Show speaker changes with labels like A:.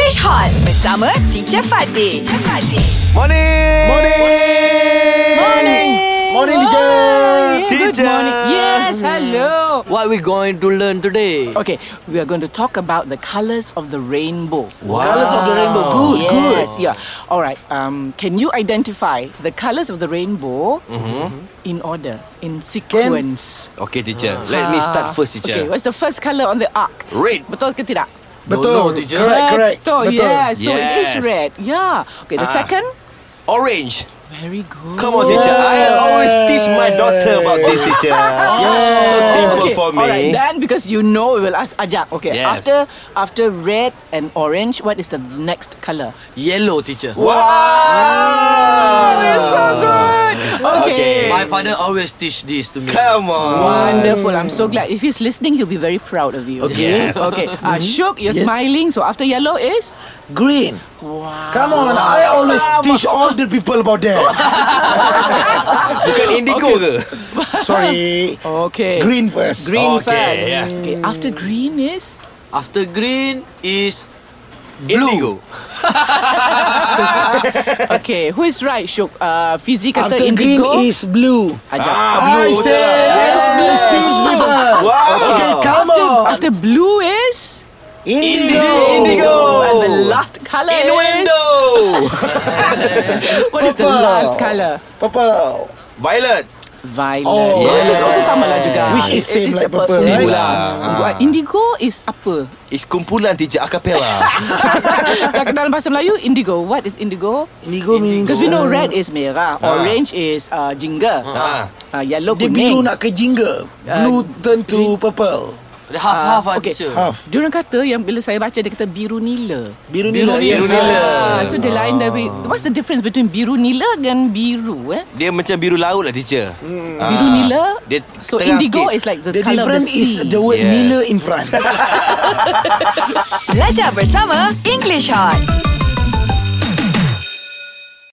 A: Fresh Hot bersama Teacher Fatih. Teacher Fatih.
B: Morning.
C: Morning.
D: Morning. Oh,
C: Morning, teacher.
D: Good
B: Teacher.
D: morning. Yes,
C: Mm.
D: hello.
E: What we going to learn today?
D: Okay, we are going to talk about the colors of the rainbow.
B: Wow.
C: Colors of the rainbow. Good,
D: yes,
C: good.
D: Yeah. All right. Um, can you identify the colors of the rainbow in order, in sequence? Ah.
B: Okay, teacher. Let me start first,
D: Okay,
B: teacher.
D: what's the first color on the arc?
B: Red.
D: Betul ke tidak?
C: Betul.
E: Don't know, teacher.
C: Correct, correct.
D: Betul.
C: Betul.
D: Yeah, so it is
B: Yes.
D: red. Yeah. Okay, the
B: Ah.
D: second?
B: Orange.
D: Very good.
B: Come on, teacher. I always teach my daughter about this, teacher. So simple
D: Oh. okay.
B: for me.
D: Alright, then because you know we will ask Ajak. Okay.
B: Yes.
D: After after red and orange, what is the next color?
E: Yellow, teacher.
B: Wow.
D: so good. Okay.
B: Okay.
E: My father always teach this to me.
B: Come on.
D: Wonderful. I'm so glad. If he's listening, he'll be very proud of you.
B: Okay. Yes. Mm-hmm.
D: Okay. Uh, Shook, you're smiling. So after yellow is
C: Green.
D: wow.
C: Come on, I always teach all the people about that.
B: Bukan indigo ke?
C: Sorry.
D: Okay.
C: Green first.
D: Green
B: Okay,
D: first.
B: yes.
D: Okay. After green is
E: After green is
B: Indigo.
D: okay. Who is right? Shook. Uh, Fizi kata
C: After green
D: indigo.
C: is blue.
D: Ajak.
B: Ah,
C: I
B: blue.
C: say yes, please teach people.
B: Wow.
C: Okay, come
D: after,
C: on.
D: after blue is
C: Indigo.
B: Indigo.
D: and the last color
B: Innuendo.
D: is what is the
C: Purple.
D: last color?
C: Purple.
B: Violet.
D: Violet.
C: Oh,
D: Which is
B: yeah.
D: also sama lah juga.
C: Which is
D: It-
C: same like
D: it's about
C: purple,
B: right?
D: same lah.
B: Same lah.
D: Ah. Indigo is apa?
B: It's kumpulan teacher acapella.
D: Tak- Dalam bahasa Melayu, indigo. What is indigo?
C: Indigo means
D: Because we know
C: uh,
D: red is merah, orange is uh, jingga,
B: Ah.
D: uh, yellow
C: Dia
D: kuning.
C: biru nak ke jingga
D: Uh,
C: Blue turn to purple
E: the half half ah,
D: okay.
E: teacher.
C: Half
D: Dia orang kata yang bila saya baca dia kata biru nila.
C: Biru
B: Biru nila.
C: nila yes.
B: Biru nila.
D: Ah, so dia lain dari What's the difference between biru nila dan biru eh?
B: Dia macam biru laut lah teacher. Ah.
D: Hmm. Biru nila.
B: Dia
D: so
B: tengah
D: indigo
B: sikit.
D: is like the,
C: The
D: color of the
C: difference is
D: sea.
C: the word
B: Yeah.
C: nila in front
A: Belajar bersama English Hot.